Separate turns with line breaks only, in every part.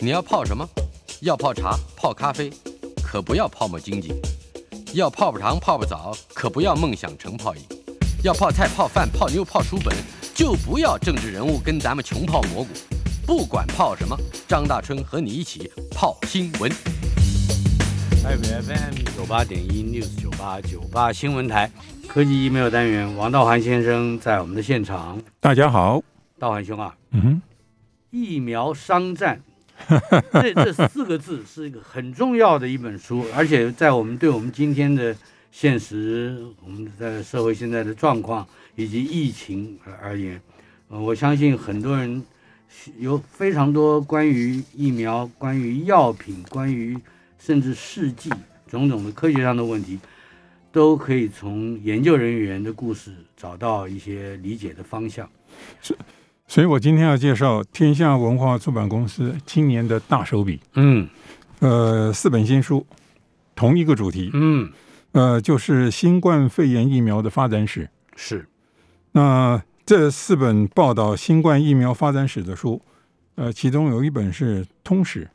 你要泡什么？要泡茶、泡咖啡，可不要泡沫经济；要泡泡糖、泡泡澡，可不要梦想成泡影；要泡菜、泡饭、泡妞、泡书本，就不要政治人物跟咱们穷泡蘑菇。不管泡什么，张大春和你一起泡新闻。
台北 FM 九八点一 News 九八九八新闻台科技 email 单元，王道涵先生在我们的现场。
大家好，
道涵兄啊，
嗯哼，
疫苗商战，这这四个字是一个很重要的一本书，而且在我们对我们今天的现实、我们的社会现在的状况以及疫情而而言，呃我相信很多人是有非常多关于疫苗、关于药品、关于甚至试剂种种的科学上的问题，都可以从研究人员的故事找到一些理解的方向。
所以我今天要介绍天下文化出版公司今年的大手笔，
嗯
呃，四本新书，同一个主题，
嗯，
呃，就是新冠肺炎疫苗的发展史。
是
那这四本报道新冠疫苗发展史的书，呃，其中有一本是通史，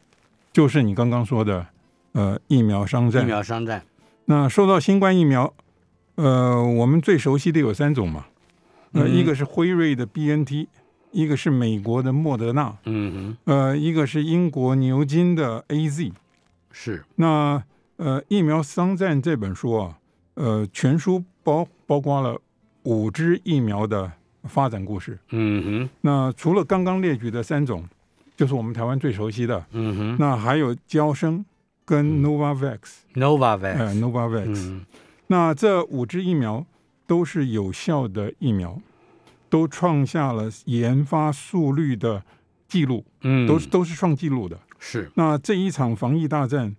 就是你刚刚说的，呃，疫苗商
疫
战。
苗商战，
那说到新冠疫苗，呃，我们最熟悉的有三种嘛，呃，
嗯
一个是辉瑞的 BNT，一个是美国的莫德纳，
嗯哼，
呃，一个是英国牛津的 AZ。
是。
那呃，《疫苗商战》这本书啊，呃，全书包包括了五支疫苗的发展故事。
嗯哼，
那除了刚刚列举的三种，就是我们台湾最熟悉的，
嗯哼
那还有交生
嗯
跟 Novavax，、
，Novavax，
呃，Novavax。
嗯
那这五支疫苗都是有效的疫苗，都创下了研发速率的记录，
嗯，
都是都是创纪录的。
是，
那这一场防疫大战，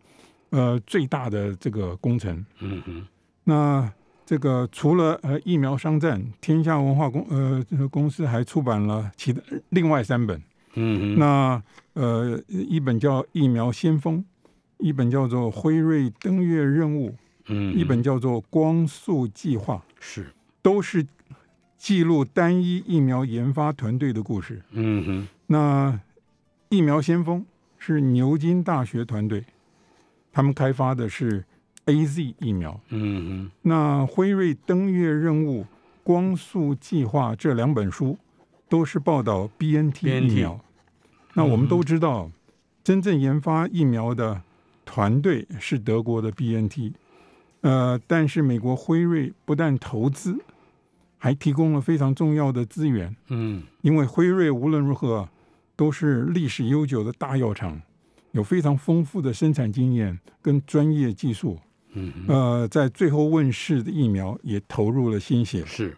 呃，最大的这个工程，
嗯哼，
那这个除了呃疫苗商战，天下文化公呃这个公司还出版了其他另外三本，
嗯哼，
那呃一本叫《疫苗先锋》，一本叫做《辉瑞登月任务》，
嗯哼
一本叫做《光速计划》，
是，
都是记录单一疫苗研发团队的故事。
嗯哼，
那疫苗先锋是牛津大学团队，他们开发的是 A Z 疫苗。
嗯
那辉瑞登月任务、光速计划这两本书都是报道 B N T 嗯
BNT
疫苗。那我们都知道，真正研发疫苗的团队是德国的 B N T，呃，但是美国辉瑞不但投资，还提供了非常重要的资源。
哼，嗯，
因为辉瑞无论如何都是历史悠久的大药厂，有非常丰富的生产经验跟专业技术。
嗯
呃，在最后问世的疫苗也投入了心血。
是，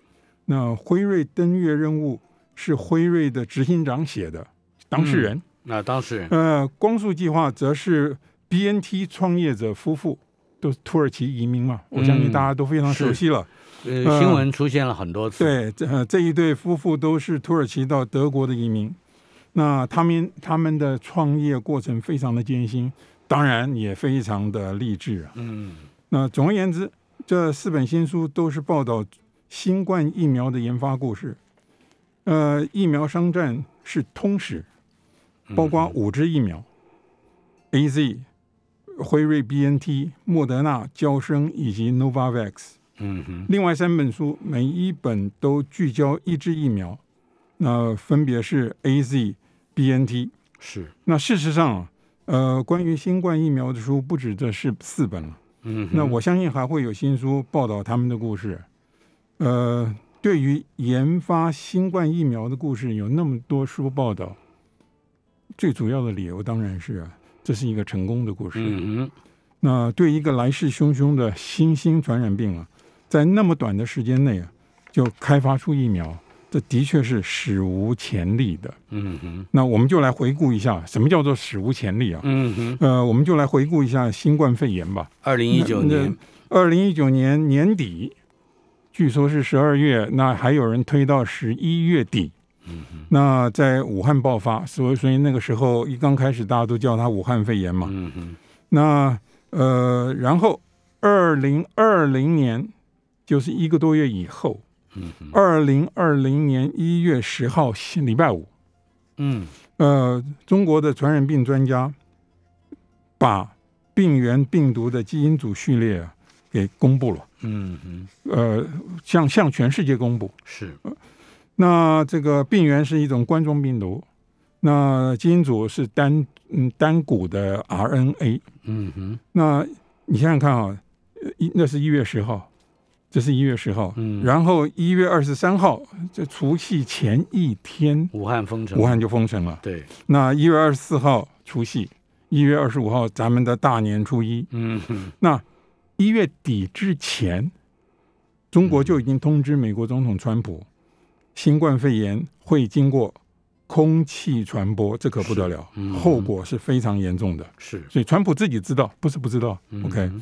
那辉瑞登月任务是辉瑞的执行长写的，当事人。
那当事人，
呃，光速计划则是 BNT 创业者夫妇，都是土耳其移民嘛，我相信大家都非常
是
熟悉了。
呃，
呃
新闻出现了很多次，，
对，这、呃、这一对夫妇都是土耳其到德国的移民。那他们他们的创业过程非常的艰辛，当然也非常的励志啊。
嗯
那总而言之，这四本新书都是报道新冠疫苗的研发故事。呃，疫苗商战是通史，包括五支疫苗、a Z、辉瑞、BNT、莫德纳、交生以及 Novavax。
嗯哼，
另外三本书，每一本都聚焦一支疫苗，那分别是 A、Z、B、N、T。
是，
那事实上啊，呃，关于新冠疫苗的书不止这是四本了。
嗯哼，
那我相信还会有新书报道他们的故事。呃，对于研发新冠疫苗的故事，有那么多书报道，最主要的理由当然是啊这是一个成功的故事。
嗯哼，
那对一个来势汹汹的新兴传染病啊，在那么短的时间内啊，就开发出疫苗，这的确是史无前例的。
嗯哼，
那我们就来回顾一下，什么叫做史无前例啊？
嗯哼，
呃，我们就来回顾一下新冠肺炎吧。
二零一九年，
二零一九年年底，据说是十二月，那还有人推到十一月底。
嗯
那在武汉爆发，所以所以那个时候一刚开始，大家都叫它武汉肺炎嘛。
嗯哼，
那呃，然后二零二零年就是一个多月以后，
嗯哼，
二零二零年一月十号星礼拜五，
嗯
呃，中国的传染病专家把病原病毒的基因组序列啊给公布了，
嗯嗯，
呃，向向全世界公布。
是，
那这个病原是一种冠状病毒，那基因组是单嗯单股的 RNA。
嗯哼，
那你想想看啊，呃一那是一月十号，这是一月十号，
嗯
然后一月二十三号，这除夕前一天，
武汉封城，
武汉就封城了。
对，
那一月二十四号除夕，一月二十五号咱们的大年初一，
嗯哼，
那一月底之前，中
嗯
国就已经通知美国总统川普，新冠肺炎会经过空气传播，这可不得了，
嗯
后果是非常严重的。
是
所以川普自己知道，不是不知道。
嗯
OK，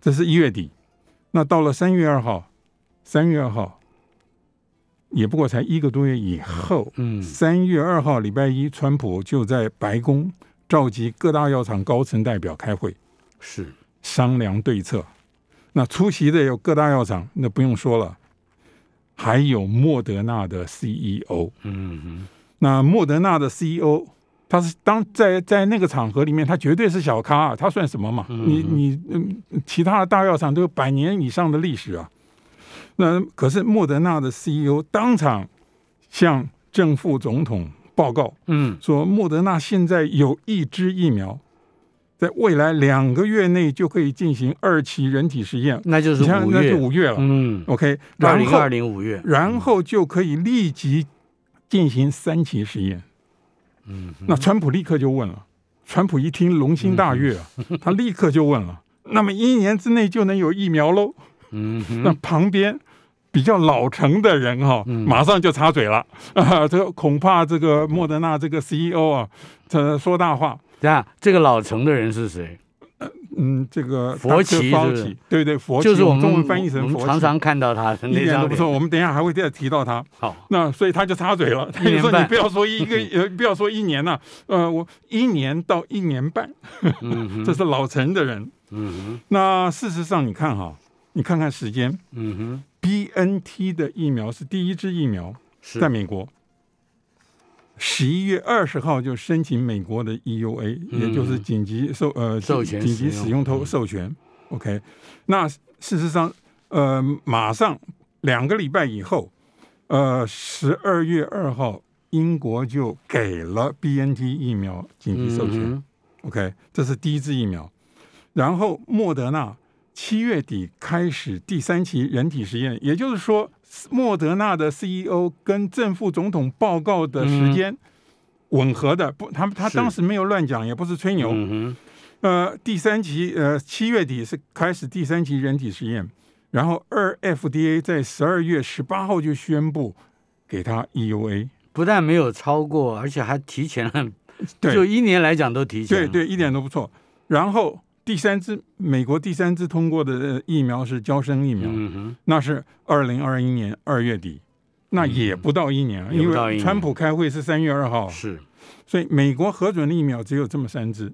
这是一月底，那到了三月二号，三月二号，也不过才一个多月以后，
嗯
三月二号，礼拜一，川普就在白宫召集各大药厂高层代表开会，
是，
商量对策。那出席的有各大药厂，那不用说了，还有莫德纳的 CEO。
嗯哼，
那莫德纳的 CEO，他是当在在那个场合里面，他绝对是小咖、啊，他算什么嘛？
嗯
你你嗯，其他的大药厂都有百年以上的历史啊。那可是莫德纳的 CEO 当场向正副总统报告
嗯
说，莫德纳现在有一支疫苗，在未来两个月内就可以进行二期人体实验。
那就是
你看，
五
那
月
是，五月了。
嗯，
OK，
二
然
零
后
二零五月，
然后就可以立即进行三期实验。
嗯
那川普立刻就问了，川普一听龙心大悦啊，
嗯
他立刻就问了，那么一年之内就能有疫苗喽？
嗯
那
哼，
旁边。比较老成的人哈、
嗯
马上就插嘴了 啊！这个恐怕这个莫德纳这个 CEO 啊，他说大话。
这样这个老成的人是谁？
嗯，这个
佛奇
Dr. Fauci，
是不是
对对，佛奇，
就是我
我
们
中文翻译成
我们
佛奇，
常常看到他的
一
那
点
张
都不
脸
错。我们等一下还会再提到他。
好，
那所以他就插嘴 了，他就
一年
说
半
你不要说一个呃，不要说一年呐、呃，我一年到一年半，
嗯哼，
这是老陈的人。
嗯哼，
那事实上，你看哈，你看看时间
嗯哼，
，B N T 的疫苗是第一支疫苗，
是
在美国，十一月二十号就申请美国的 E U A，、
嗯
也就是紧急授呃
授权
紧急
使用嗯
使用投授权。OK，那事实上，呃，马上两个礼拜以后，呃，十二月二号，英国就给了 B N T 疫苗紧急授权。
嗯
OK，这是第一支疫苗。然后莫德纳七月底开始第三期人体实验，也就是说，莫德纳的 CEO 跟正副总统报告的时间吻合的，不，他们他
嗯是
当时没有乱讲，也不是吹牛。
嗯
呃，第三期呃七月底是开始第三期人体实验，然后二 FDA 在十二月十八号就宣布给他 E EUA。
哼，不但没有超过，而且还提前了，
对，
就一年来讲都提前
对
了。
对，一点都不错。然后第三支美国第三支通过的呃疫苗是胶生疫苗，
嗯哼，
那是二零二一年二月底，那也不到一年，
嗯也不
因
到一
为
年
川普开会是三月二号，
是，
所以美国核准的疫苗只有这么三支，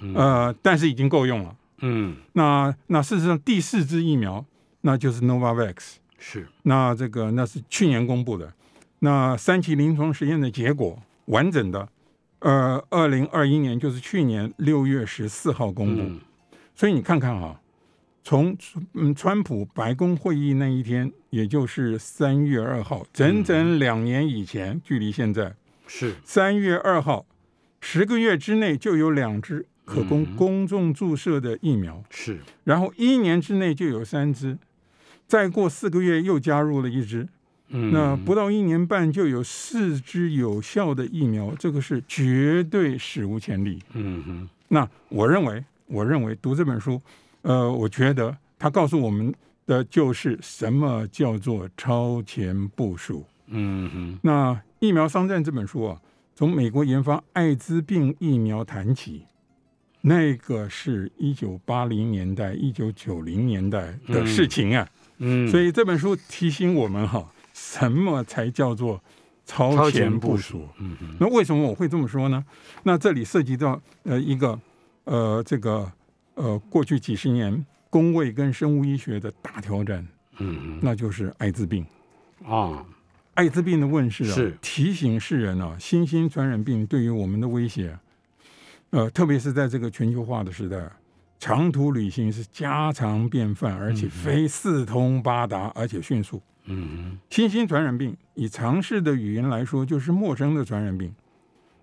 嗯
呃，但是已经够用了。
嗯，
那那事实上第四支疫苗那就是 Novavax，
是，
那这个那是去年公布的，那三期临床实验的结果完整的，呃，二零二一年就是去年六月十四号公布。
嗯
所以你看看啊，从嗯川普白宫会议那一天，也就是三月二号，整整两年以前，距离现在
是，
三月二号，十个月之内就有两支可供公众注射的疫苗，
是，
然后一年之内就有三支，再过四个月又加入了一支，
嗯，
那不到一年半就有四支有效的疫苗，这个是绝对史无前例。
嗯哼，
那我认为，我认为读这本书，呃，我觉得它告诉我们的就是什么叫做超前部署。
嗯哼，
那《疫苗商战》这本书啊，从美国研发艾滋病疫苗谈起，那个是一九八零年代、一九九零年代的事情啊。
嗯，
所以这本书提醒我们哈、什么才叫做
超
超
前
前
部
部
署
署？
嗯哼，
那为什么我会这么说呢？那这里涉及到呃一个呃这个呃过去几十年工卫跟生物医学的大挑战，
嗯
那就是艾滋病。
哼，啊，
艾滋病的问世啊，
是
提醒世人啊，新兴传染病对于我们的威胁，呃，特别是在这个全球化的时代，长途旅行是家常便饭，而且非四通八达，而且迅速。
嗯
新兴传染病以常识的语言来说，就是陌生的传染病。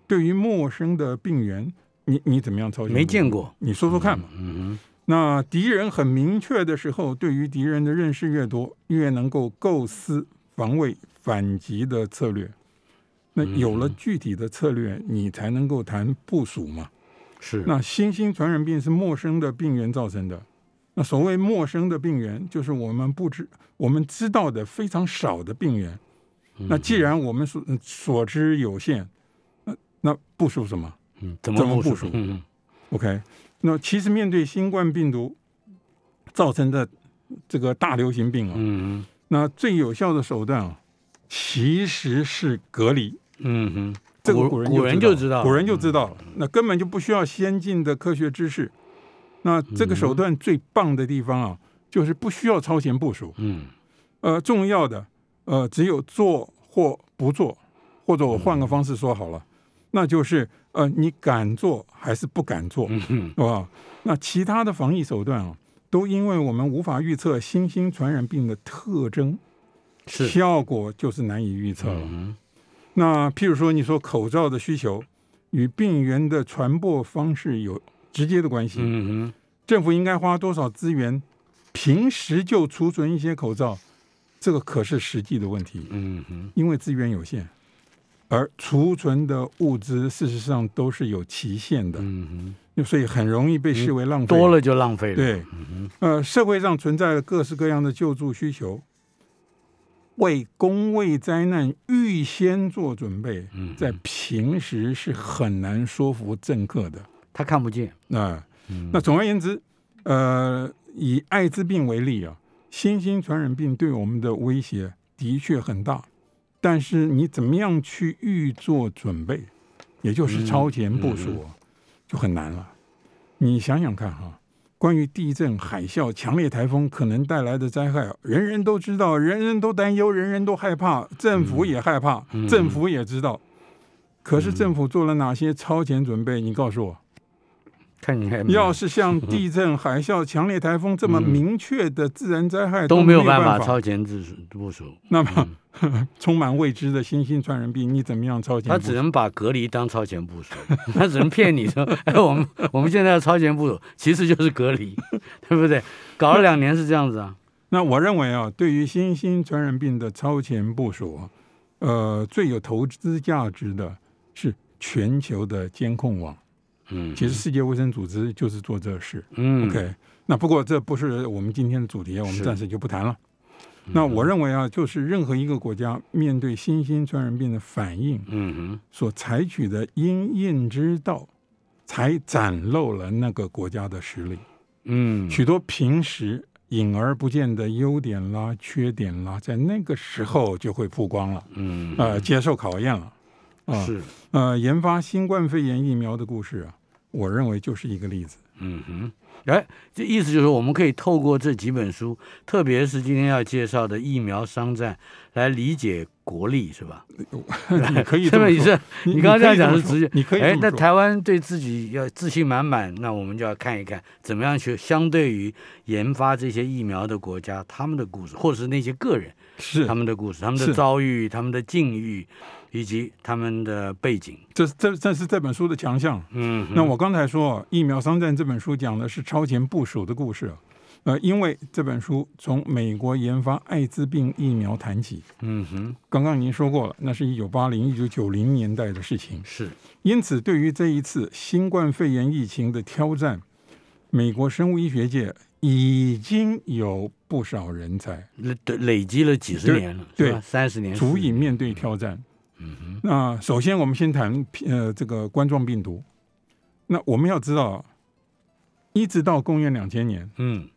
对于陌生的病源，你你怎么样操
哼，
心？
没见，过，
你说说看嘛。
嗯
那敌人很明确的时候，对于敌人的认识越多，越能够构思防卫反击的策略。那
嗯
有了具体的策略，你才能够谈部署嘛。
哼，是，
那新兴传染病是陌生的病源造成的。那所谓陌生的病源，就是我们不知我们知道的非常少的病源。那既然我们所嗯所知有限，那那部署什么
嗯怎
怎么
么
部署
嗯哼，
？OK，那其实面对新冠病毒造成的这个大流行病啊，
嗯哼，
那最有效的手段啊，其实是隔离。
嗯哼，
这个
古
古人
古人就知道，嗯
古人就知道了，那根本就不需要先进的科学知识。那这
嗯
个手段最棒的地方啊，就是不需要超前部署。
嗯，
呃，重要的呃，只有做或不做，或者我换
嗯
个方式说好了，那就是呃，你敢做还是不敢做，
嗯哼，
是吧？那其他的防疫手段啊，都因为我们无法预测新兴传染病的特征，
是，
效果就是难以预测了。
嗯
那譬如说，你说口罩的需求与病源的传播方式有直接的关系，
嗯
政府应该花多少资源，平时就储存一些口罩，这个可是实际的问题，
哼，嗯哼，
因为资源有限，而储存的物资事实上都是有期限的，
嗯哼，
所以很容易被视为浪费。
多了就浪费了，，嗯
对，呃，社会上存在了各式各样的救助需求，为公卫灾难预先做准备，
嗯
在平时是很难说服政客的。
他看不见，
那、
嗯
啊那总而言之，呃，以艾滋病为例啊，新兴传染病对我们的威胁的确很大，但是你怎么样去预做准备，也就是超前部署
嗯
啊、就很难了。你想想看哈、关于地震、海啸、强烈台风可能带来的灾害，人人都知道，人人都担忧，人人都害怕，政府也害怕，
嗯
政府也知道。可是政府做了哪些超前准备？你告诉我。
看你还没
要是像地震、海啸、强烈台风这么明确的自然灾害
都
没
没有
办
办法超前部署部署，
那么 充满未知的新兴传染病，你怎么样超前
他
部署？
只能把隔离当超前部 署，他只能骗你说， 哎，我们我们现在要超前部署，其实就是隔离， 对不对？搞了两年是这样子啊，
那我认为啊，对于新兴传染病的超前部署啊，呃，最有投资价值的是全球的监控网。
嗯，
其实世界卫生组织就是做这事。
嗯
OK，那不过这不是我们今天的主题，我们
是嗯
暂时就不谈了。那我认为啊，就是任何一个国家面对新兴传染病的反应，
嗯
所采取的因应之道，才展露了那个国家的实力。
哼，嗯，
许多平时隐而不见的优点啦、缺点啦，在那个时候就会曝光了，
嗯，
呃，接受考验了。啊、
是，
呃，研发新冠肺炎疫苗的故事啊，我认为就是一个例子。
嗯哼，哎，这意思就是我们可以透过这几本书，特别是今天要介绍的《疫苗商战》，来理解国力，是吧？
你可以这
这
么
么意
说
思，，你刚刚这样讲是直接，
你可以
哎
这，么
那
说。
台湾对自己要自信满满，那我们就要看一看怎么样去相对于研发这些疫苗的国家，他们的故事，或者是那些个人
是
他们的故事、他们的
是
遭遇、他们的境遇，以及他们的背景。
这这这是这本书的强项。
嗯哼，
那我刚才说，《疫苗商战》这本书讲的是超前部署的故事啊。呃，因为这本书从美国研发艾滋病疫苗谈起，
嗯哼，
刚刚您说过了，那是一九八零、一九九零年代的事情。
是，
因此，对于这一次新冠肺炎疫情的挑战，美国生物医学界已经有不少人才
累累积了几十
对
年了，
对
三十年嗯
足以
40年
面对挑战。那首先我们先谈呃这个冠状病毒。那我们要知道，一直到公元两千年，
嗯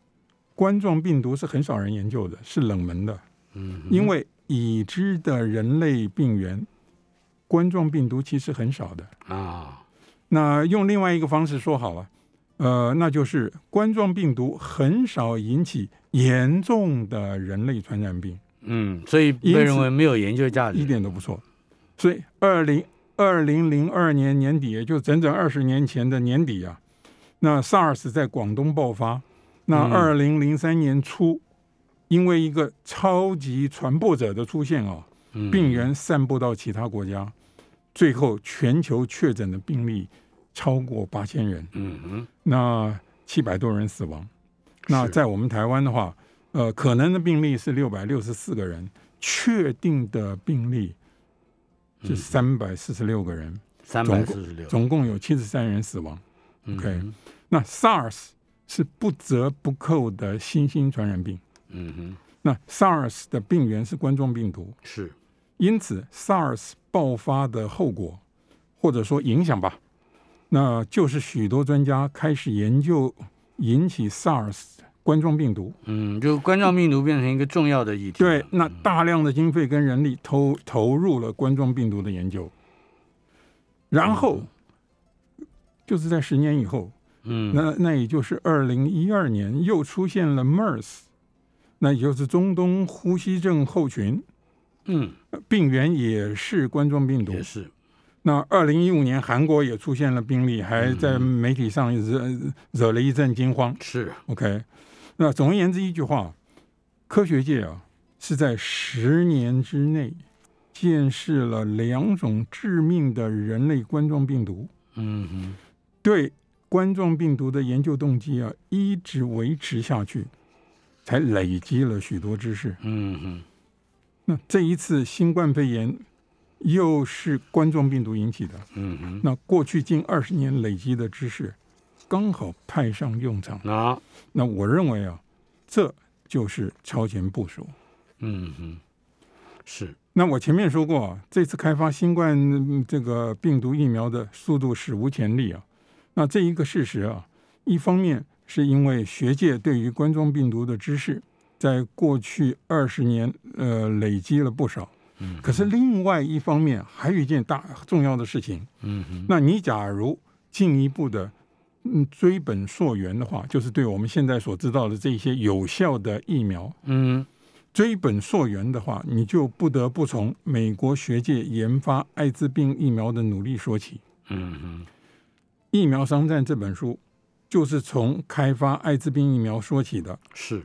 冠状病毒是很少人研究的，是冷门的，
嗯哼，
因为已知的人类病源，冠状病毒其实很少的。
啊，
那用另外一个方式说好了，呃，那就是冠状病毒很少引起严重的人类传染病，
嗯，所以被
因此
认为没有研究价值。
一点都不错。所以，二零二零零二年年底，也就整整二十年前的年底啊，那 SARS 在广东爆发。那二
嗯
零零三年初，因为一个超级传播者的出现啊，
嗯
病源散布到其他国家，最后全球确诊的病例超过八千人，
嗯嗯
那七百多人死亡。那
是
在我们台湾的话，呃，可能的病例是六百六十四个人，确定的病例
嗯
是三百四十六个人，
三百四十六。
总共有七十三人死亡。
嗯
OK
哼
那 SARS 是不折不扣的新兴传染病。
嗯哼，
那 SARS 的病源是冠状病毒，
是
因此 SARS 爆发的后果或者说影响吧，那就是许多专家开始研究引起 SARS 冠状病毒。
嗯，就冠状病毒变成一个重要的议题了。
对，那大量的经费跟人力投投入了冠状病毒的研究，然后就是在十年以后，
嗯
那那也就是二零一二年又出现了 MERS，那也就是中东呼吸症候群，
嗯，
呃病源也是冠状病毒
也。是。
那二零一五年韩国也出现了病例，还在媒体上惹惹了一阵惊慌。
是，
OK，那总而言之，一句话，科学界啊是在十年之内见识了两种致命的人类冠状病毒。
嗯哼，
对冠状病毒的研究动机啊，一直维持下去，才累积了许多知识。
嗯哼，
那这一次新冠肺炎又是冠状病毒引起的，
嗯哼，
那过去近二十年累积的知识，刚好派上用场。
那，
那我认为啊，这就是超前部署。
嗯哼，是，
那我前面说过啊，这次开发新冠嗯这个病毒疫苗的速度史无前例啊。那这一个事实啊，一方面是因为学界对于冠状病毒的知识，在过去二十年呃累积了不少。
嗯
可是另外一方面，还有一件大重要的事情，
嗯哼，
那你假如进一步的嗯追本溯源的话，就是对我们现在所知道的这些有效的疫苗，
嗯，
追本溯源的话，你就不得不从美国学界研发艾滋病疫苗的努力说起。
嗯哼，
《疫苗商战》这本书就是从开发艾滋病疫苗说起的。
是，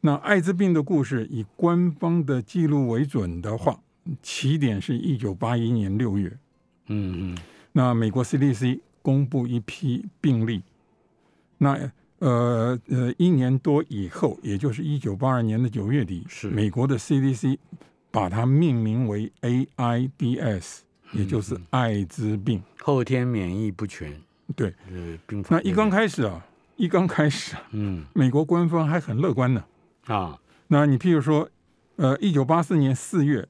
那艾滋病的故事以官方的记录为准的话，起点是一九八一年六月，
嗯哼，
那美国 CDC 公布一批病例，那呃呃一年多以后，也就是一九八二年的九月底，
是
美国的 CDC 把它命名为 AIDS，也就是艾滋病。
后天免疫不全，
对，
呃，病
那一刚，开始啊，一刚开始啊，
嗯
美国官方还很乐观呢。
啊，
那你譬如说，呃，一九八四年四月，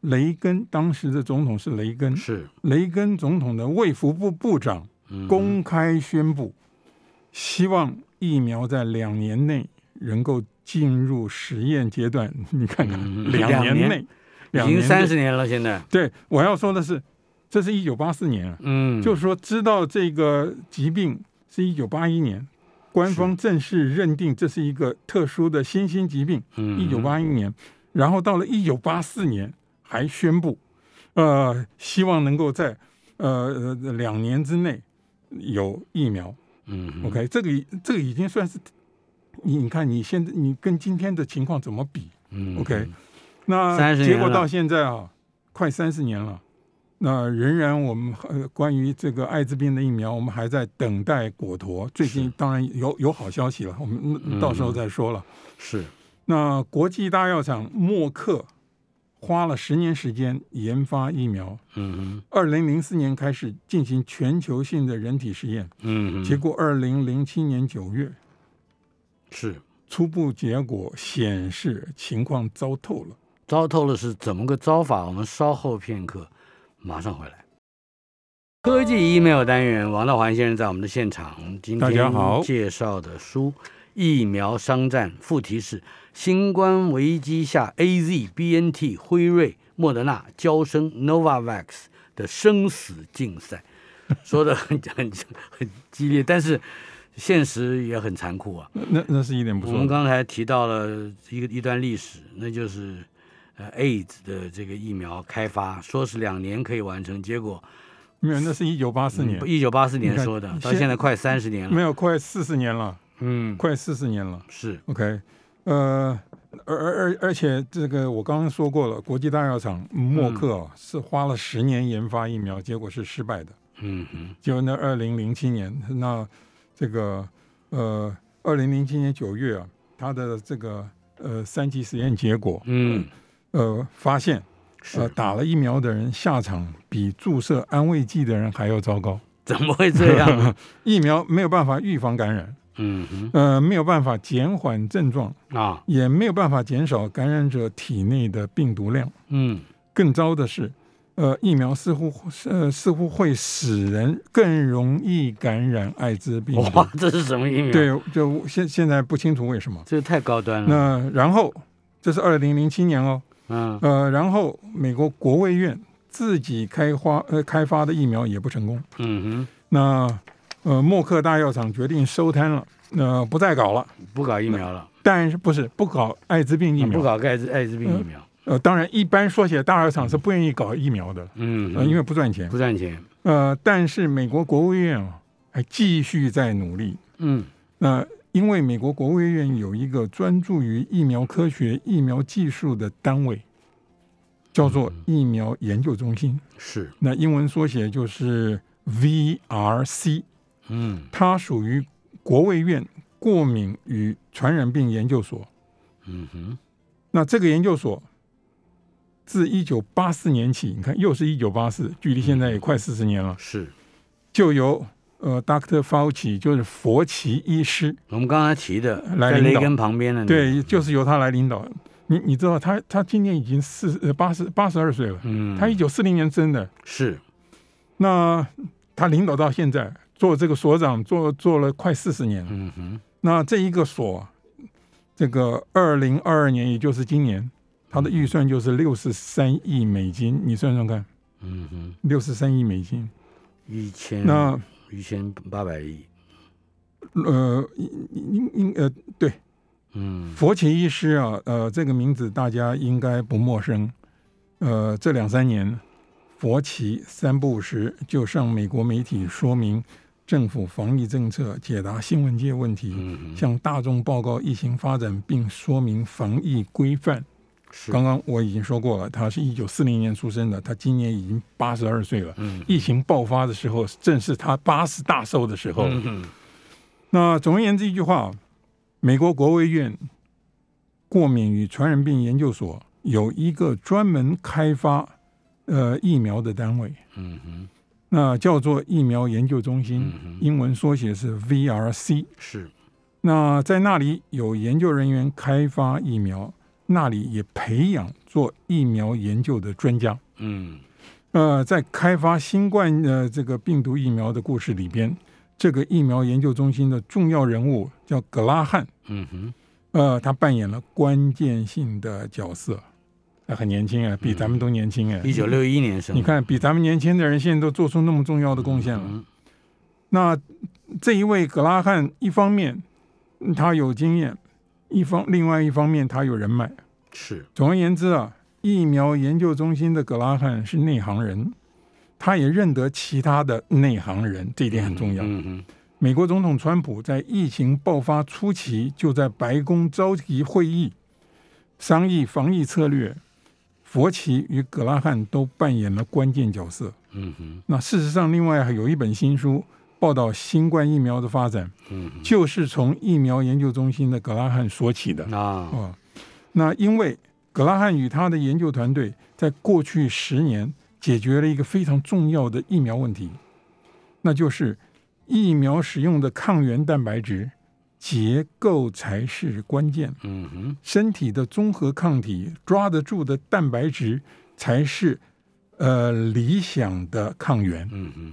雷根当时的总统是雷根，
是，
雷根总统的卫福部部长
嗯，
公开宣布，希望疫苗在两年内能够进入实验阶段。 你看
嗯
看，
两
年
年
内，
已
两
经
年内
三十。年了，现在，
对，我要说的是，这是一九八四年啊，
嗯，
就是说知道这个疾病是一九八一年，官方正式认定这是一个特殊的新兴疾病。一
一
九，八一年，然后到了一九八四年还宣布，呃，希望能够在呃呃两年之内有疫苗。
嗯哼
OK，这个已这个已经算是你你看你现在你跟今天的情况怎么比？
嗯
OK 那
30
结
年
果
了
到现在啊，快三十年了。那仍然，我们呃，关于这个艾滋病的疫苗，我们还在等待果陀。最近
是
当然有有好消息了，我们到时候
嗯
再说了。
是，
那国际大药厂默克花了十年时间研发疫苗，
嗯哼，
二零零四年开始进行全球性的人体实验，
嗯哼，
结果二零零七年九月，
是
初步结果显示情况糟透了。
糟透了是怎么个糟法？我们稍后片刻，马上回来。科技 email 单元，王道环先生在我们的现场。我们今
大家
天
好
介绍的书《疫苗商战》，副题是“新冠危机下 A Z B N T 辉瑞、莫德纳、娇生 Novavax 的生死竞赛”，说的很 很很激烈，但是现实也很残酷啊。
那那那是一点不
我
错
们
的。
刚才提到了一个一段历史，那就是呃 AIDS 的这个疫苗开发，说是两年可以完成，结果
没有，那嗯是一九八四年，
一九八四年
你看
说的，到
现
现在快三十年了。
没有，快四十年了，
嗯，
快四十年了。
是
OK，呃，而而而而且这个我刚刚说过了，国际大药厂默克啊、是花了十年研发疫苗，结果是失败的。
嗯哼，
就那二零零七年，那这个呃，二零零七年九月啊，它的这个呃三期实验结果，
嗯，
呃，发现呃
是，
打了疫苗的人下场比注射安慰剂的人还要糟糕。
怎么会这 样？
疫苗没有办法预防感染，
嗯哼，
呃，没有办法减缓症状，
啊，
也没有办法减少感染者体内的病毒量。
嗯，
更糟的是，呃，疫苗似乎呃似乎会使人更容易感染艾滋病毒。
哇，这是什么疫苗？，
对，就现现在不清楚为什么。
这个太高端了。
那然后，这是二零零七年哦，
嗯，
呃，然后美国国卫院自己开发呃开发的疫苗也不成功。
嗯
那呃，默克大药厂决定收摊了，呃，不再搞了。
哼，不搞疫苗了，
但是不是不搞艾滋病疫苗？
嗯不搞艾滋艾滋病疫苗。
呃，当然，一般说起来，大药厂是不愿意搞疫苗的，
嗯
呃，
哼，
因为不赚钱
不。赚钱。
呃，但是美国国务院啊，还继续在努力。
嗯
那、因为美国国务院有一个专注于疫苗科学、疫苗技术的单位，叫做疫苗研究中心。
是，
那英文缩写就是 VRC，
嗯
它属于国卫院过敏与传染病研究所。
嗯哼，
那这个研究所自一九八四年起，你看又是一九八四，距离现在也快四十年了，
是。
就由呃 Dr. Fauci，就是佛奇医师，
我们刚才提的，
来
在
领
雷
导
根旁边的那个，
对，就是由他来领导。你你知道他他今年已经四呃八十八十二岁了，
嗯，
他一九四零年生的，
是
那他领导到现在做这个所长做做了快四十年了。
嗯哼，
那这一个所，这个二零二二年，也就是今年，它的预算就是六十三亿美金，你算算看，
嗯哼，
六十三亿美金。
一千
那
一千八百亿，
呃，应应应呃，对，
嗯
佛奇医师啊，呃，这个名字大家应该不陌生。呃，这两三年，佛奇三不五时就上美国媒体说明政府防疫政策，解答新闻界问题，
嗯哼，
向大众报告疫情发展，并说明防疫规范。
是
刚刚我已经说过了，他是一九四零年出生的，他今年已经八十二岁了。
嗯
疫情爆发的时候，正是他八十大寿的时候。
嗯哼
那总而言之一句话，美国国卫院过敏与传染病研究所有一个专门开发呃疫苗的单位，
嗯哼
那叫做疫苗研究中心，
嗯哼
英文缩写是 VRC。
是
那在那里有研究人员开发疫苗，那里也培养做疫苗研究的专家。
嗯
呃，在开发新冠呃这个病毒疫苗的故事里边，这个疫苗研究中心的重要人物叫格拉汉，
嗯哼
呃，他扮演了关键性的角色。他很年轻啊，比咱们都年轻哎、
嗯一九六一年生的，
你看，比咱们年轻的人现在都做出那么重要的贡献了。
嗯
那这一位格拉汉，一方面嗯他有经验，一方另外一方面他有人脉。
是
总而言之啊，疫苗研究中心的格拉汉是内行人，他也认得其他的内行人，这一点很重要。
嗯哼
美国总统川普在疫情爆发初期就在白宫召集会议，商议防疫策略。佛奇与格拉汉都扮演了关键角色。
嗯哼
那事实上，另外还有一本新书报道新冠疫苗的发展，
嗯
就是从疫苗研究中心的格拉汉说起的
哼。啊
哦，那因为格拉汉与他的研究团队在过去十年解决了一个非常重要的疫苗问题，那就是疫苗使用的抗原蛋白质结构才是关键，
嗯哼
身体的综合抗体抓得住的蛋白质才是呃理想的抗原。
嗯哼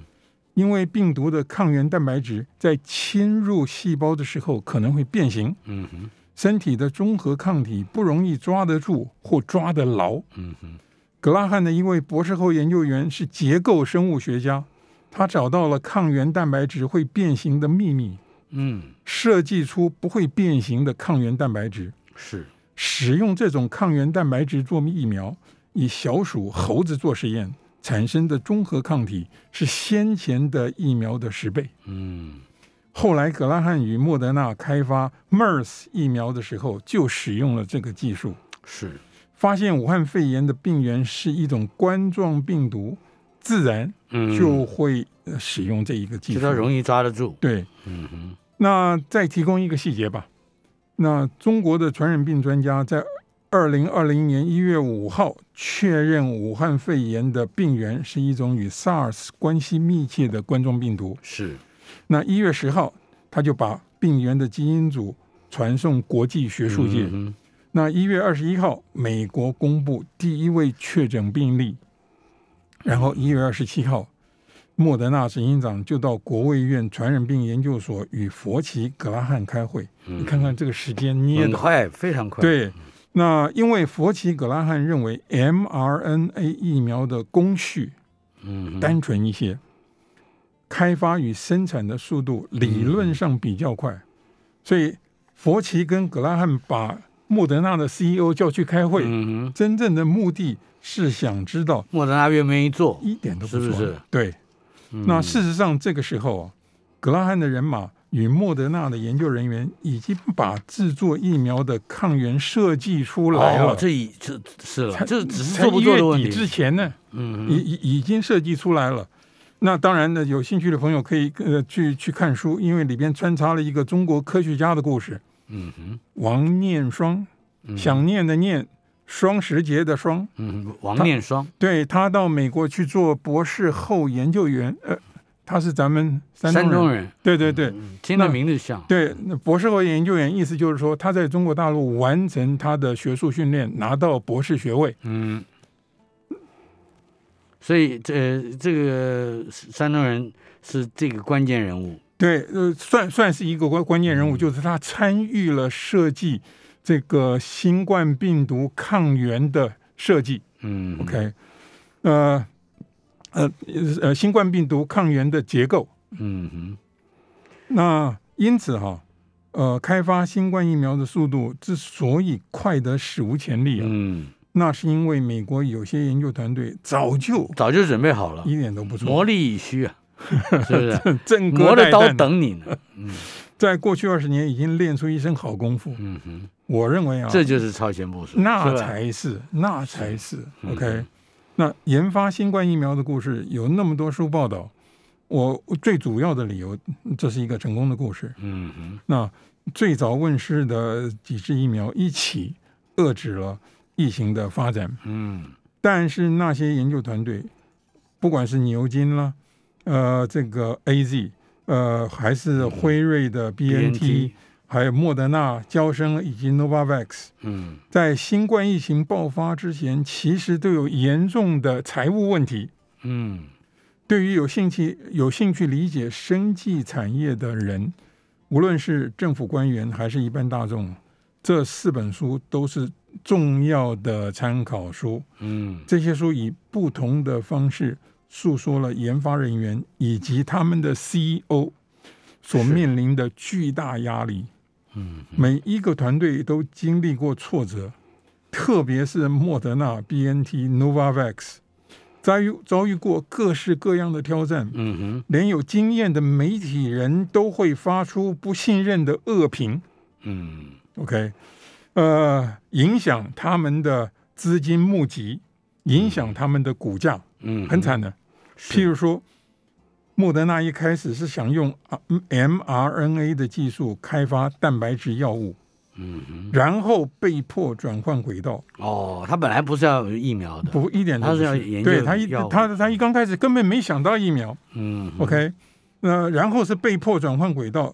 因为病毒的抗原蛋白质在侵入细胞的时候可能会变形，
嗯哼
身体的综合抗体不容易抓得住或抓得牢。
嗯哼
格拉汉的一位博士后研究员是结构生物学家，他找到了抗原蛋白质会变形的秘密，
嗯
设计出不会变形的抗原蛋白质，
是
使用这种抗原蛋白质做疫苗，以小鼠、猴子做实验产生的中和抗体是先前的疫苗的十倍。
嗯
后来格拉汉与莫德纳开发 MERS 疫苗的时候，就使用了这个技术。
是
发现武汉肺炎的病源是一种冠状病毒，自然
嗯
就会呃使用这一个技
比
术。
较容易抓得住。
对，
嗯哼，
那再提供一个细节吧。那中国的传染病专家在二零二零年一月五号确认，武汉肺炎的病源是一种与 SARS 关系密切的冠状病毒。
是
那一月十号，他就把病原的基因组传送国际学术界。
嗯
那一月二十一号，美国公布第一位确诊病例，然后一月二十七号，莫德纳执行长就到国卫院传染病研究所与佛奇格拉汉开会。你看看这个时间
哼嗯
捏
很
的，
快，非常快。，
对。那因为佛奇格拉汉认为 mRNA 疫苗的工序
嗯哼，
单纯一些，开发与生产的速度理论上比较
嗯
快，所以佛奇跟格拉汉把莫德纳的 CEO 叫去开会，
嗯哼，
真正的目的是想知道
莫德纳愿不愿意做？
一点都不错
是不嗯是
对，那事实上这个时候啊，格拉汉的人马与莫德纳的研究人员已经把制作疫苗的抗原设计出来了。
哦，这已这是了，
才
这只是
才
做不
一
做
月
的问
底之
题。
前呢，
嗯
已
哼，
已已经设计出来了。那当然呢，有兴趣的朋友可以呃去去看书，因为里边穿插了一个中国科学家的故事。
嗯哼，
王念双，想念的念，双十节的双，
嗯哼，王念双，
对他到美国去做博士后研究员，呃，他是咱们山
山
东
东
人，
人，嗯
对对对
听着
那
名字像。
对，那博士后研究员意思就是说他在中国大陆完成他的学术训练，拿到博士学位。
嗯，所以这这个山东人是这个关键人物。
对，呃，算算是一个关关键人物，
嗯
就是他参与了设计这个新冠病毒抗原的设计。
嗯
OK，呃呃呃，新冠病毒抗原的结构。
嗯哼，
那因此哈、呃，开发新冠疫苗的速度之所以快得史无前例啊，
嗯，
那是因为美国有些研究团队早就
早就准备好了，
一点都不错，
啊磨砺已虚 啊，是不是？
正
磨
哥
着
带
刀
蛋，
等你呢。
在过去二十年已经练出一身好功夫。
嗯哼，
我认为啊，
这就是超前部署，
那
是吧
才是，那才是。
嗯
OK，那研发新冠疫苗的故事有那么多书报道，我最主要的理由，这是一个成功的故事。
嗯哼，
那最早问世的几支疫苗一起遏制了疫情的发展，
嗯
但是那些研究团队，不管是牛津啦，呃，这个 A Z，呃，还是辉瑞的 B N T，还有莫德纳、交生以及 Novavax。
嗯
在新冠疫情爆发之前，其实都有严重的财务问题。
嗯
对于有兴趣有兴趣理解生技产业的人，无论是政府官员还是一般大众，这四本书都是重要的参考书。
嗯
这些书以不同的方式诉说了研发人员以及他们的 CEO 所面临的巨大压力。
嗯
每一个团队都经历过挫折，特别是莫德纳、B N T、Novavax，遭遇遭遇过各式各样的挑战，
嗯哼，
连有经验的媒体人都会发出不信任的恶评。
嗯
OK，呃，影响他们的资金募集，影响他们的股价，
嗯，
很惨的。譬如说，莫德纳一开始是想用啊 mRNA 的技术开发蛋白质药物，
嗯哼，
然后被迫转换轨道，
哦，他本来不是要有疫苗的，
不一点都不
他是要研究
对他一
药物
他他一刚开始根本没想到疫苗、
嗯
o k 那然后是被迫转换轨道，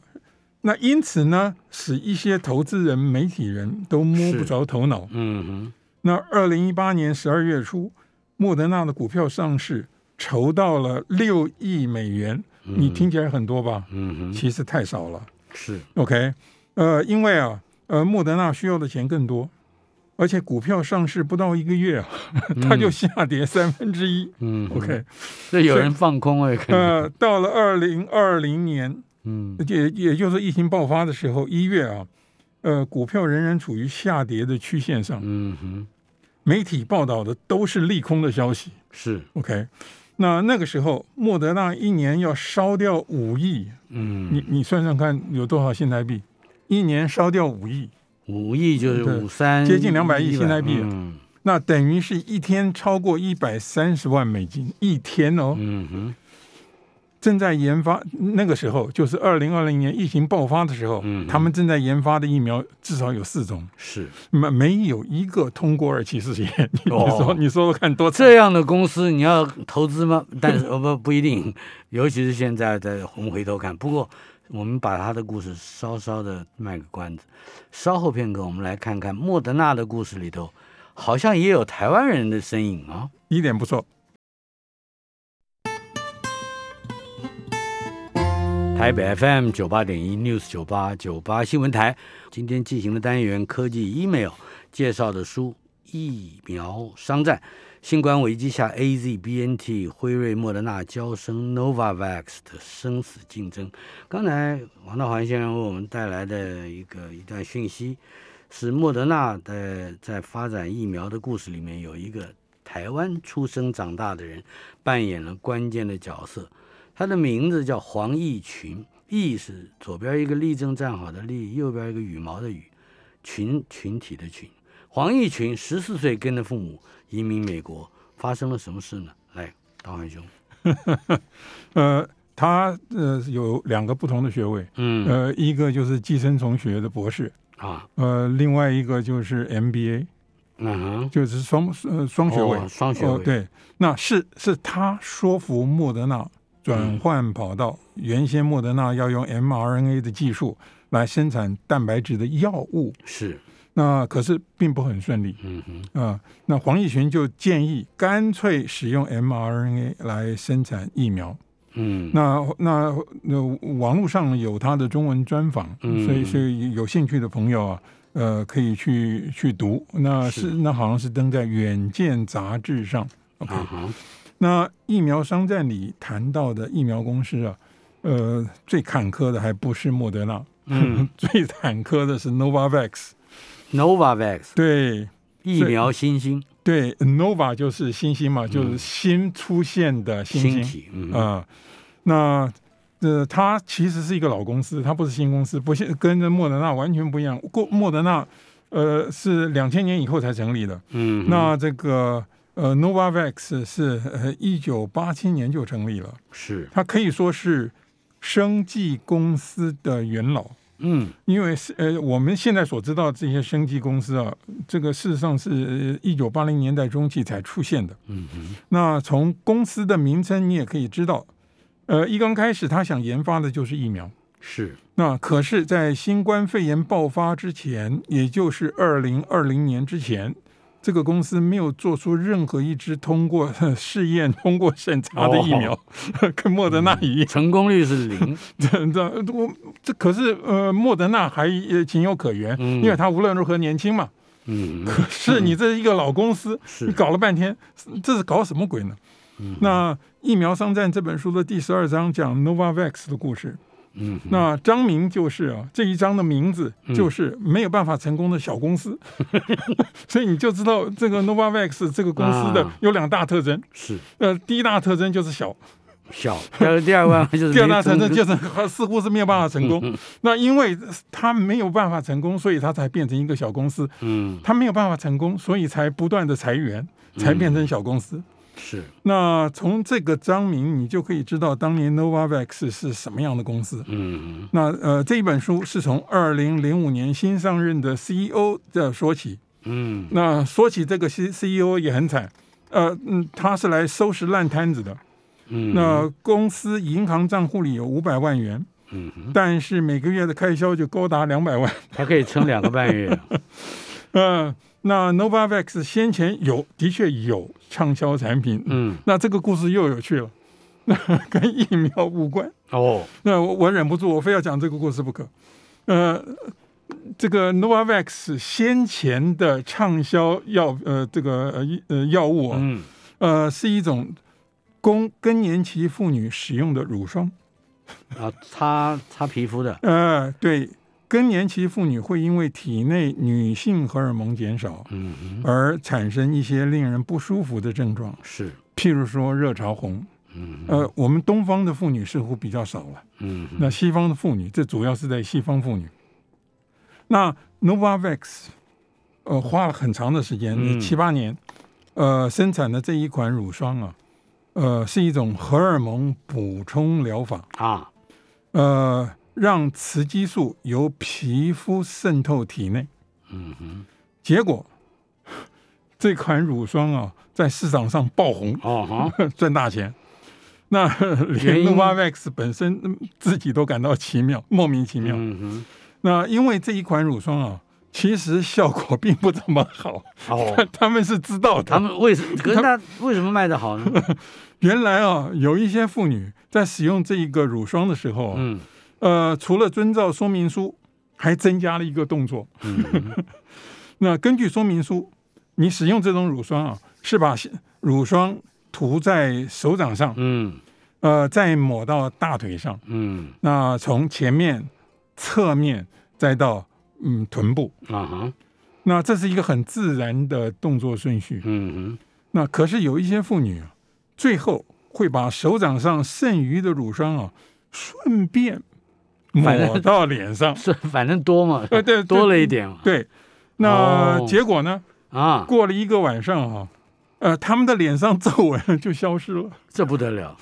那因此呢，使一些投资人、媒体人都摸
是
不着头脑。
嗯哼，
那二零一八年十二月初，莫德纳的股票上市筹到了六亿美元，你听起来很多吧？
嗯哼，
其实太少了。
是，
OK，呃，因为啊，呃，莫德纳需要的钱更多，而且股票上市不到一个月啊， 它就下跌三分之一。
嗯
OK，
所以有人放空哎，可能，
呃，到了二零二零年，
嗯
也也就是疫情爆发的时候，一月啊，呃，股票仍然处于下跌的曲线上，
嗯哼，
媒体报道的都是利空的消息。
是，
OK，那那个时候莫德纳一年要烧掉五亿，
嗯，
你你算算看有多少新台币？一年烧掉五亿，
五亿就是
对
五三，
接近200亿新台币啊
嗯
那等于是一天超过一百三十万美金一天哦。
嗯哼，
正在研发那个时候，就是二零二零年疫情爆发的时候，
嗯
他们正在研发的疫苗至少有四种，
是
没没有一个通过二期试验。你
哦
你说你说说看多惨？
这样的公司你要投资吗？但是呃不不一定，尤其是现在在我们回头看。不过我们把他的故事稍稍的卖个关子，稍后片刻我们来看看莫德纳的故事里头，好像也有台湾人的身影啊。
一点不错。
台北 FM 九八点一 News 九八九八新闻台，今天进行的单元科技 email 介绍的书《疫苗商战》，新冠危机下 A Z B N T、辉瑞、莫德纳、交生、Novavax 的生死竞争。刚才王道环先生为我们带来的一个一段讯息，是莫德纳的在发展疫苗的故事里面有一个台湾出生长大的人扮演了关键的角色。他的名字叫黄义群，义是左边一个立正站好的立，右边一个羽毛的羽，群群体的群。黄义群十四岁跟着父母移民美国，发生了什么事呢？来，大环兄，
呃，他呃有两个不同的学位，
嗯
呃，一个就是寄生虫学的博士，
啊，
呃，另外一个就是 MBA，
嗯哼，
就是双呃双学位。
哦双学位，，
对，那是是他说服莫德纳转换跑道，原先莫德纳要用 mRNA 的技术来生产蛋白质的药物，
是，
那可是并不很顺利
嗯哼，
啊、那黄义群就建议干脆使用 mRNA 来生产疫苗。
嗯，
那那那网络上有他的中文专访，
嗯
所以所以有兴趣的朋友啊，呃，可以去去读。那是
是
那好像是登在《远见》杂志上。OK，、
啊哈，
那疫苗商战里谈到的疫苗公司啊，呃，最坎坷的还不是莫德纳，
嗯
最坎坷的是 Novavax。
，Novavax
对
疫苗新星
对，Nova 就是新星嘛，就是新出现的新星
新嗯体，嗯哼
啊、那呃，它其实是一个老公司，它不是新公司，不是跟着莫德纳完全不一样。过莫德纳呃是两千年以后才成立的，
嗯哼，
那这个呃 Novavax 是呃一九八七年就成立了，
是，
它可以说是生技公司的元老。
嗯，
因为是呃，我们现在所知道这些生技公司啊，这个事实上是呃一九八零年代中期才出现的。
嗯哼，
那从公司的名称你也可以知道，呃，一刚开始他想研发的就是疫苗。
是，
那可是，在新冠肺炎爆发之前，也就是二零二零年之前，这个公司没有做出任何一支通过 呵试验、通过审查的疫苗，
哦
跟莫德纳一样。
成功率是零，
这这我这可是呃，莫德纳还也情有可原，
嗯
因为他无论如何年轻 嘛。
嗯，
可是你这是一个老公司，
是嗯
你搞了半天，这是搞什么鬼呢？那《疫苗商战》这本书的第十二章讲 Novavax 的故事。
嗯哼，嗯
那章名就是啊，这一章的名字就是没有办法成功的小 公司，所以你就知道这个 Novavax 这个公司的
啊
有两大特征。
是。
呃，第一大特征就是小，
小，但是第二关就是
第二大
没嗯
特
成
征
功
就是似乎是没有办法成功。那因为它没有办法成功，所以它才变成一个小公司。
嗯
它没有办法成功，所以才不断的裁员，才变
嗯
成小公司。
是
那从这个章名，你就可以知道当年 Novavax 是什么样的公司。
嗯
那呃，这一本书是从二零零五年新上任的 CEO 的说起。
嗯
那说起这个 C CEO 也很惨，呃嗯，他是来收拾烂摊子的。
嗯
那公司银行账户里有五百万元，
嗯哼，
但是每个月的开销就高达两百万。
还可以撑两个半 月，
呃，那 Novavax 先前有的确有畅销产品，
嗯
那这个故事又有趣了， 那跟疫苗无关。
哦，
那我我忍不住，我非要讲这个故事不可。呃，这个 Novavax 先前的畅销药，呃，这个呃一呃药物啊，
嗯
呃，是一种供更年期妇女使用的乳霜。
啊，擦擦皮肤的，
呃，对，更年期妇女会因为体内女性荷尔蒙减少
嗯哼，
而产生一些令人不舒服的症状，
是，
譬如说热潮红。
嗯
呃，我们东方的妇女似乎比较少了，
嗯哼，
那西方的妇女，这主要是在西方妇女。那 Novavax，呃，花了很长的时间，
嗯
七八年，呃，生产的这一款乳霜啊，呃，是一种荷尔蒙补充疗法。
啊，
呃，让雌激素由皮肤渗透体内。
嗯哼，
结果， 这款乳霜啊，在市场上爆红，
哦哈，
赚大钱。 那
原
连
因
Novavax 本身嗯自己都感到奇妙，莫名其妙。
嗯
那因为这一款乳霜啊，其实效果并不怎么好，
哼，哦，
他们是知道的。
他们为什可是那为什么卖的好呢？
原来啊，有一些妇女在使用这一个乳霜的时候啊，
嗯
呃，除了遵照说明书，还增加了一个动作，
嗯哼
那根据说明书，你使用这种乳霜啊，是把乳霜涂在手掌上，
嗯
呃，再抹到大腿上，
嗯
那从前面、侧面再到嗯臀部，
啊哈，
那这是一个很自然的动作顺序。
嗯
那可是有一些妇女啊，最后会把手掌上剩余的乳霜啊，顺便
反正
抹到脸
哼，，
上
是反正多嘛，
呃，对，对
多了一点嘛，
对。那
哦
结果呢？
啊，
过了一个晚上哈、呃，他们的脸上皱纹就消失了。
这不得了，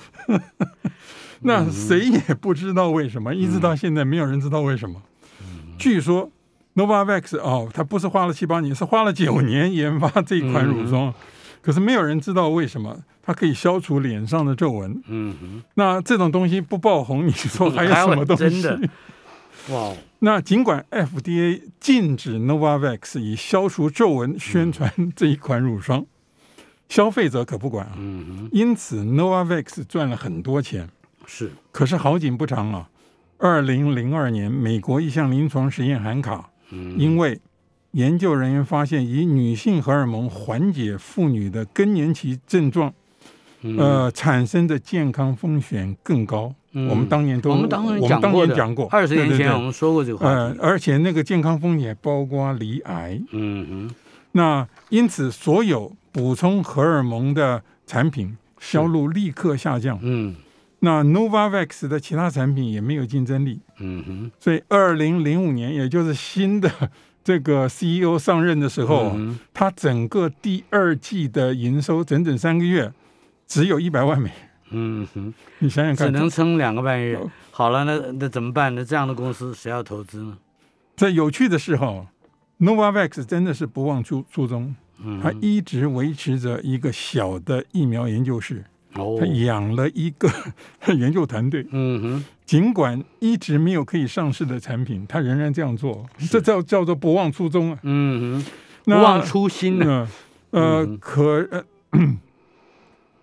那谁也不知道为什么，一直到现在没有人知道为什么。
嗯
据说 Novavax 哦，它不是花了七八年，是花了九年研发这
嗯
款乳霜，可是没有人知道为什么它可以消除脸上的皱纹。
嗯哼。
那这种东西不爆红，你说还有
嗯还有
什么东
真
西？
的哇哦，
那尽管 FDA 禁止 Novavax 以消除皱纹宣传这一款乳霜，消费者可不管啊。
嗯
因此，Novavax 赚了很多钱。
哼，是，
可是好景不长啊，二零零二年，美国一项临床实验喊卡，
嗯
因为研究人员发现以女性荷尔蒙缓解妇女的更年期症状，
嗯
呃，产生的健康风险更高。
嗯
我们当年都
我们当
我
年
们
讲
当
过
年
的，
讲过，
二十年
对对
前
对
我们说过这个话
呃
题，，
而且那个健康风险包括离癌。
嗯哼，
那因此，所有补充荷尔蒙的产品销路立刻下降。
嗯
那 Novavax 的其他产品也没有竞争力，
嗯哼，
所以二零零五年，也就是新的这个 CEO 上任的时候，
嗯
他整个第二季的营收整整三个月只有一百万美元，
嗯哼，
你想想
只
看，
能撑两个半月
哦。
好了，那那怎么办呢？这样的公司谁要投资呢？
这有趣的是哈，Novavax 真的是不忘初初衷，
嗯
他一直维持着一个小的疫苗研究室，
哦
他，养了一个 研究团队，
嗯哼，
尽管一直没有可以上市的产品，他仍然这样做，这叫叫做不忘初衷啊。
嗯哼，不
那
忘初心呢。
嗯呃
嗯，
可呃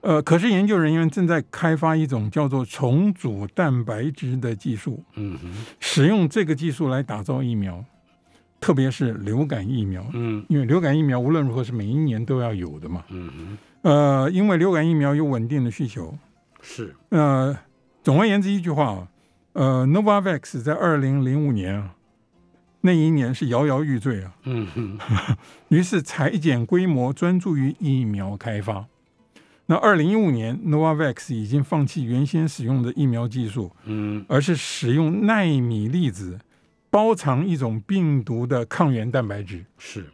呃，可是研究人员正在开发一种叫做重组蛋白质的技术，
嗯哼，
使用这个技术来打造疫苗，特别是流感疫苗，
嗯
因为流感疫苗无论如何是每一年都要有的嘛。
嗯
呃，因为流感疫苗有稳定的需求。
哼，是，
呃，总而言之，一句话啊，呃，Novavax 在二零零五年啊，那一年是摇摇欲坠啊，
嗯哼，
于是裁减规模，专注于疫苗开发。那二零一五年，Novavax 已经放弃原先使用的疫苗技术，
嗯
而是使用纳米粒子包藏一种病毒的抗原蛋白质。
是，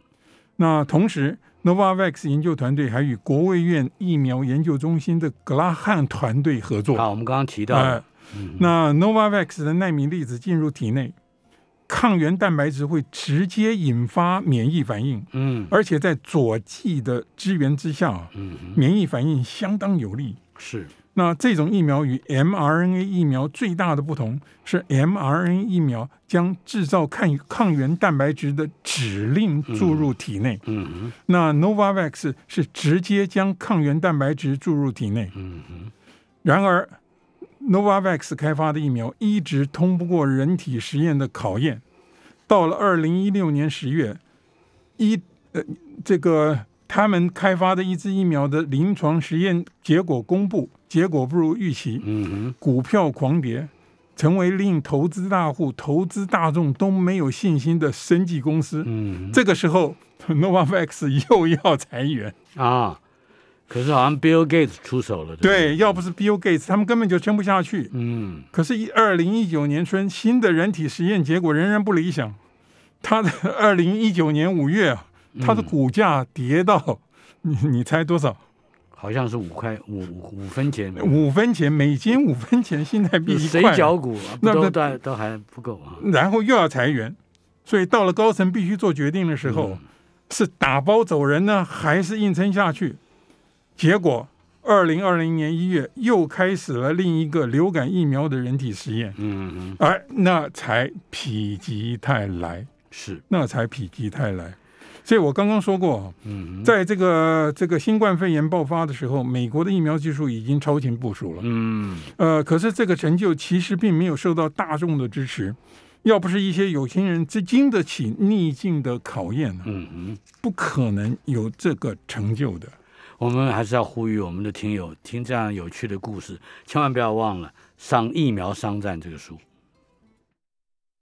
那同时，Novavax 研究团队还与国卫院疫苗研究中心的格拉汉团队合作。
啊，我们刚刚提到
呃
的，嗯哼
那 Novavax 的纳米粒子进入体内，抗原蛋白质会直接引发免疫反应，
嗯
而且在佐剂的支援之下啊，
嗯哼，
免疫反应相当有力。
是，
那这种疫苗与 mRNA 疫苗最大的不同是，mRNA 疫苗将制造抗抗原蛋白质的指令注入体内，
嗯哼，
那 Novavax 是直接将抗原蛋白质注入体内。
嗯哼，
然而，Novavax 开发的疫苗一直通不过人体实验的考验。到了二零一六年十月，一呃，这个他们开发的一支疫苗的临床实验结果公布，结果不如预期，
嗯哼。
股票狂跌，成为令投资大户、投资大众都没有信心的生技公司。
嗯
这个时候，Novavax 又要裁员。
啊，可是好像 Bill Gates 出手了，不
对，要不是 Bill Gates，他们根本就撑不下去。
嗯
可是，一二零一九年春，新的人体实验结果仍然不理想。它的 二零一九年五月啊，它的股价跌到，你你猜多少？
好像是五块五五五分钱，
五分钱，美金五分钱，新台币
有
一
水
块。
饺股啊
那
都
那
都都还不够啊，
然后又要裁员，所以到了高层必须做决定的时候，是打包走人呢，还是硬撑下去？结果，二零二零年一月又开始了另一个流感疫苗的人体实验，
嗯嗯
而那才否极泰来，
是，
那才否极泰来。所以我刚刚说过，
嗯
在这个这个新冠肺炎爆发的时候，美国的疫苗技术已经超前部署了。
嗯
呃，可是这个成就其实并没有受到大众的支持，要不是一些有心人之经得起逆境的考验呢，
嗯嗯。
不可能有这个成就的。
我们还是要呼吁我们的听友听这样有趣的故事，千万不要忘了《上疫苗商战》这个书。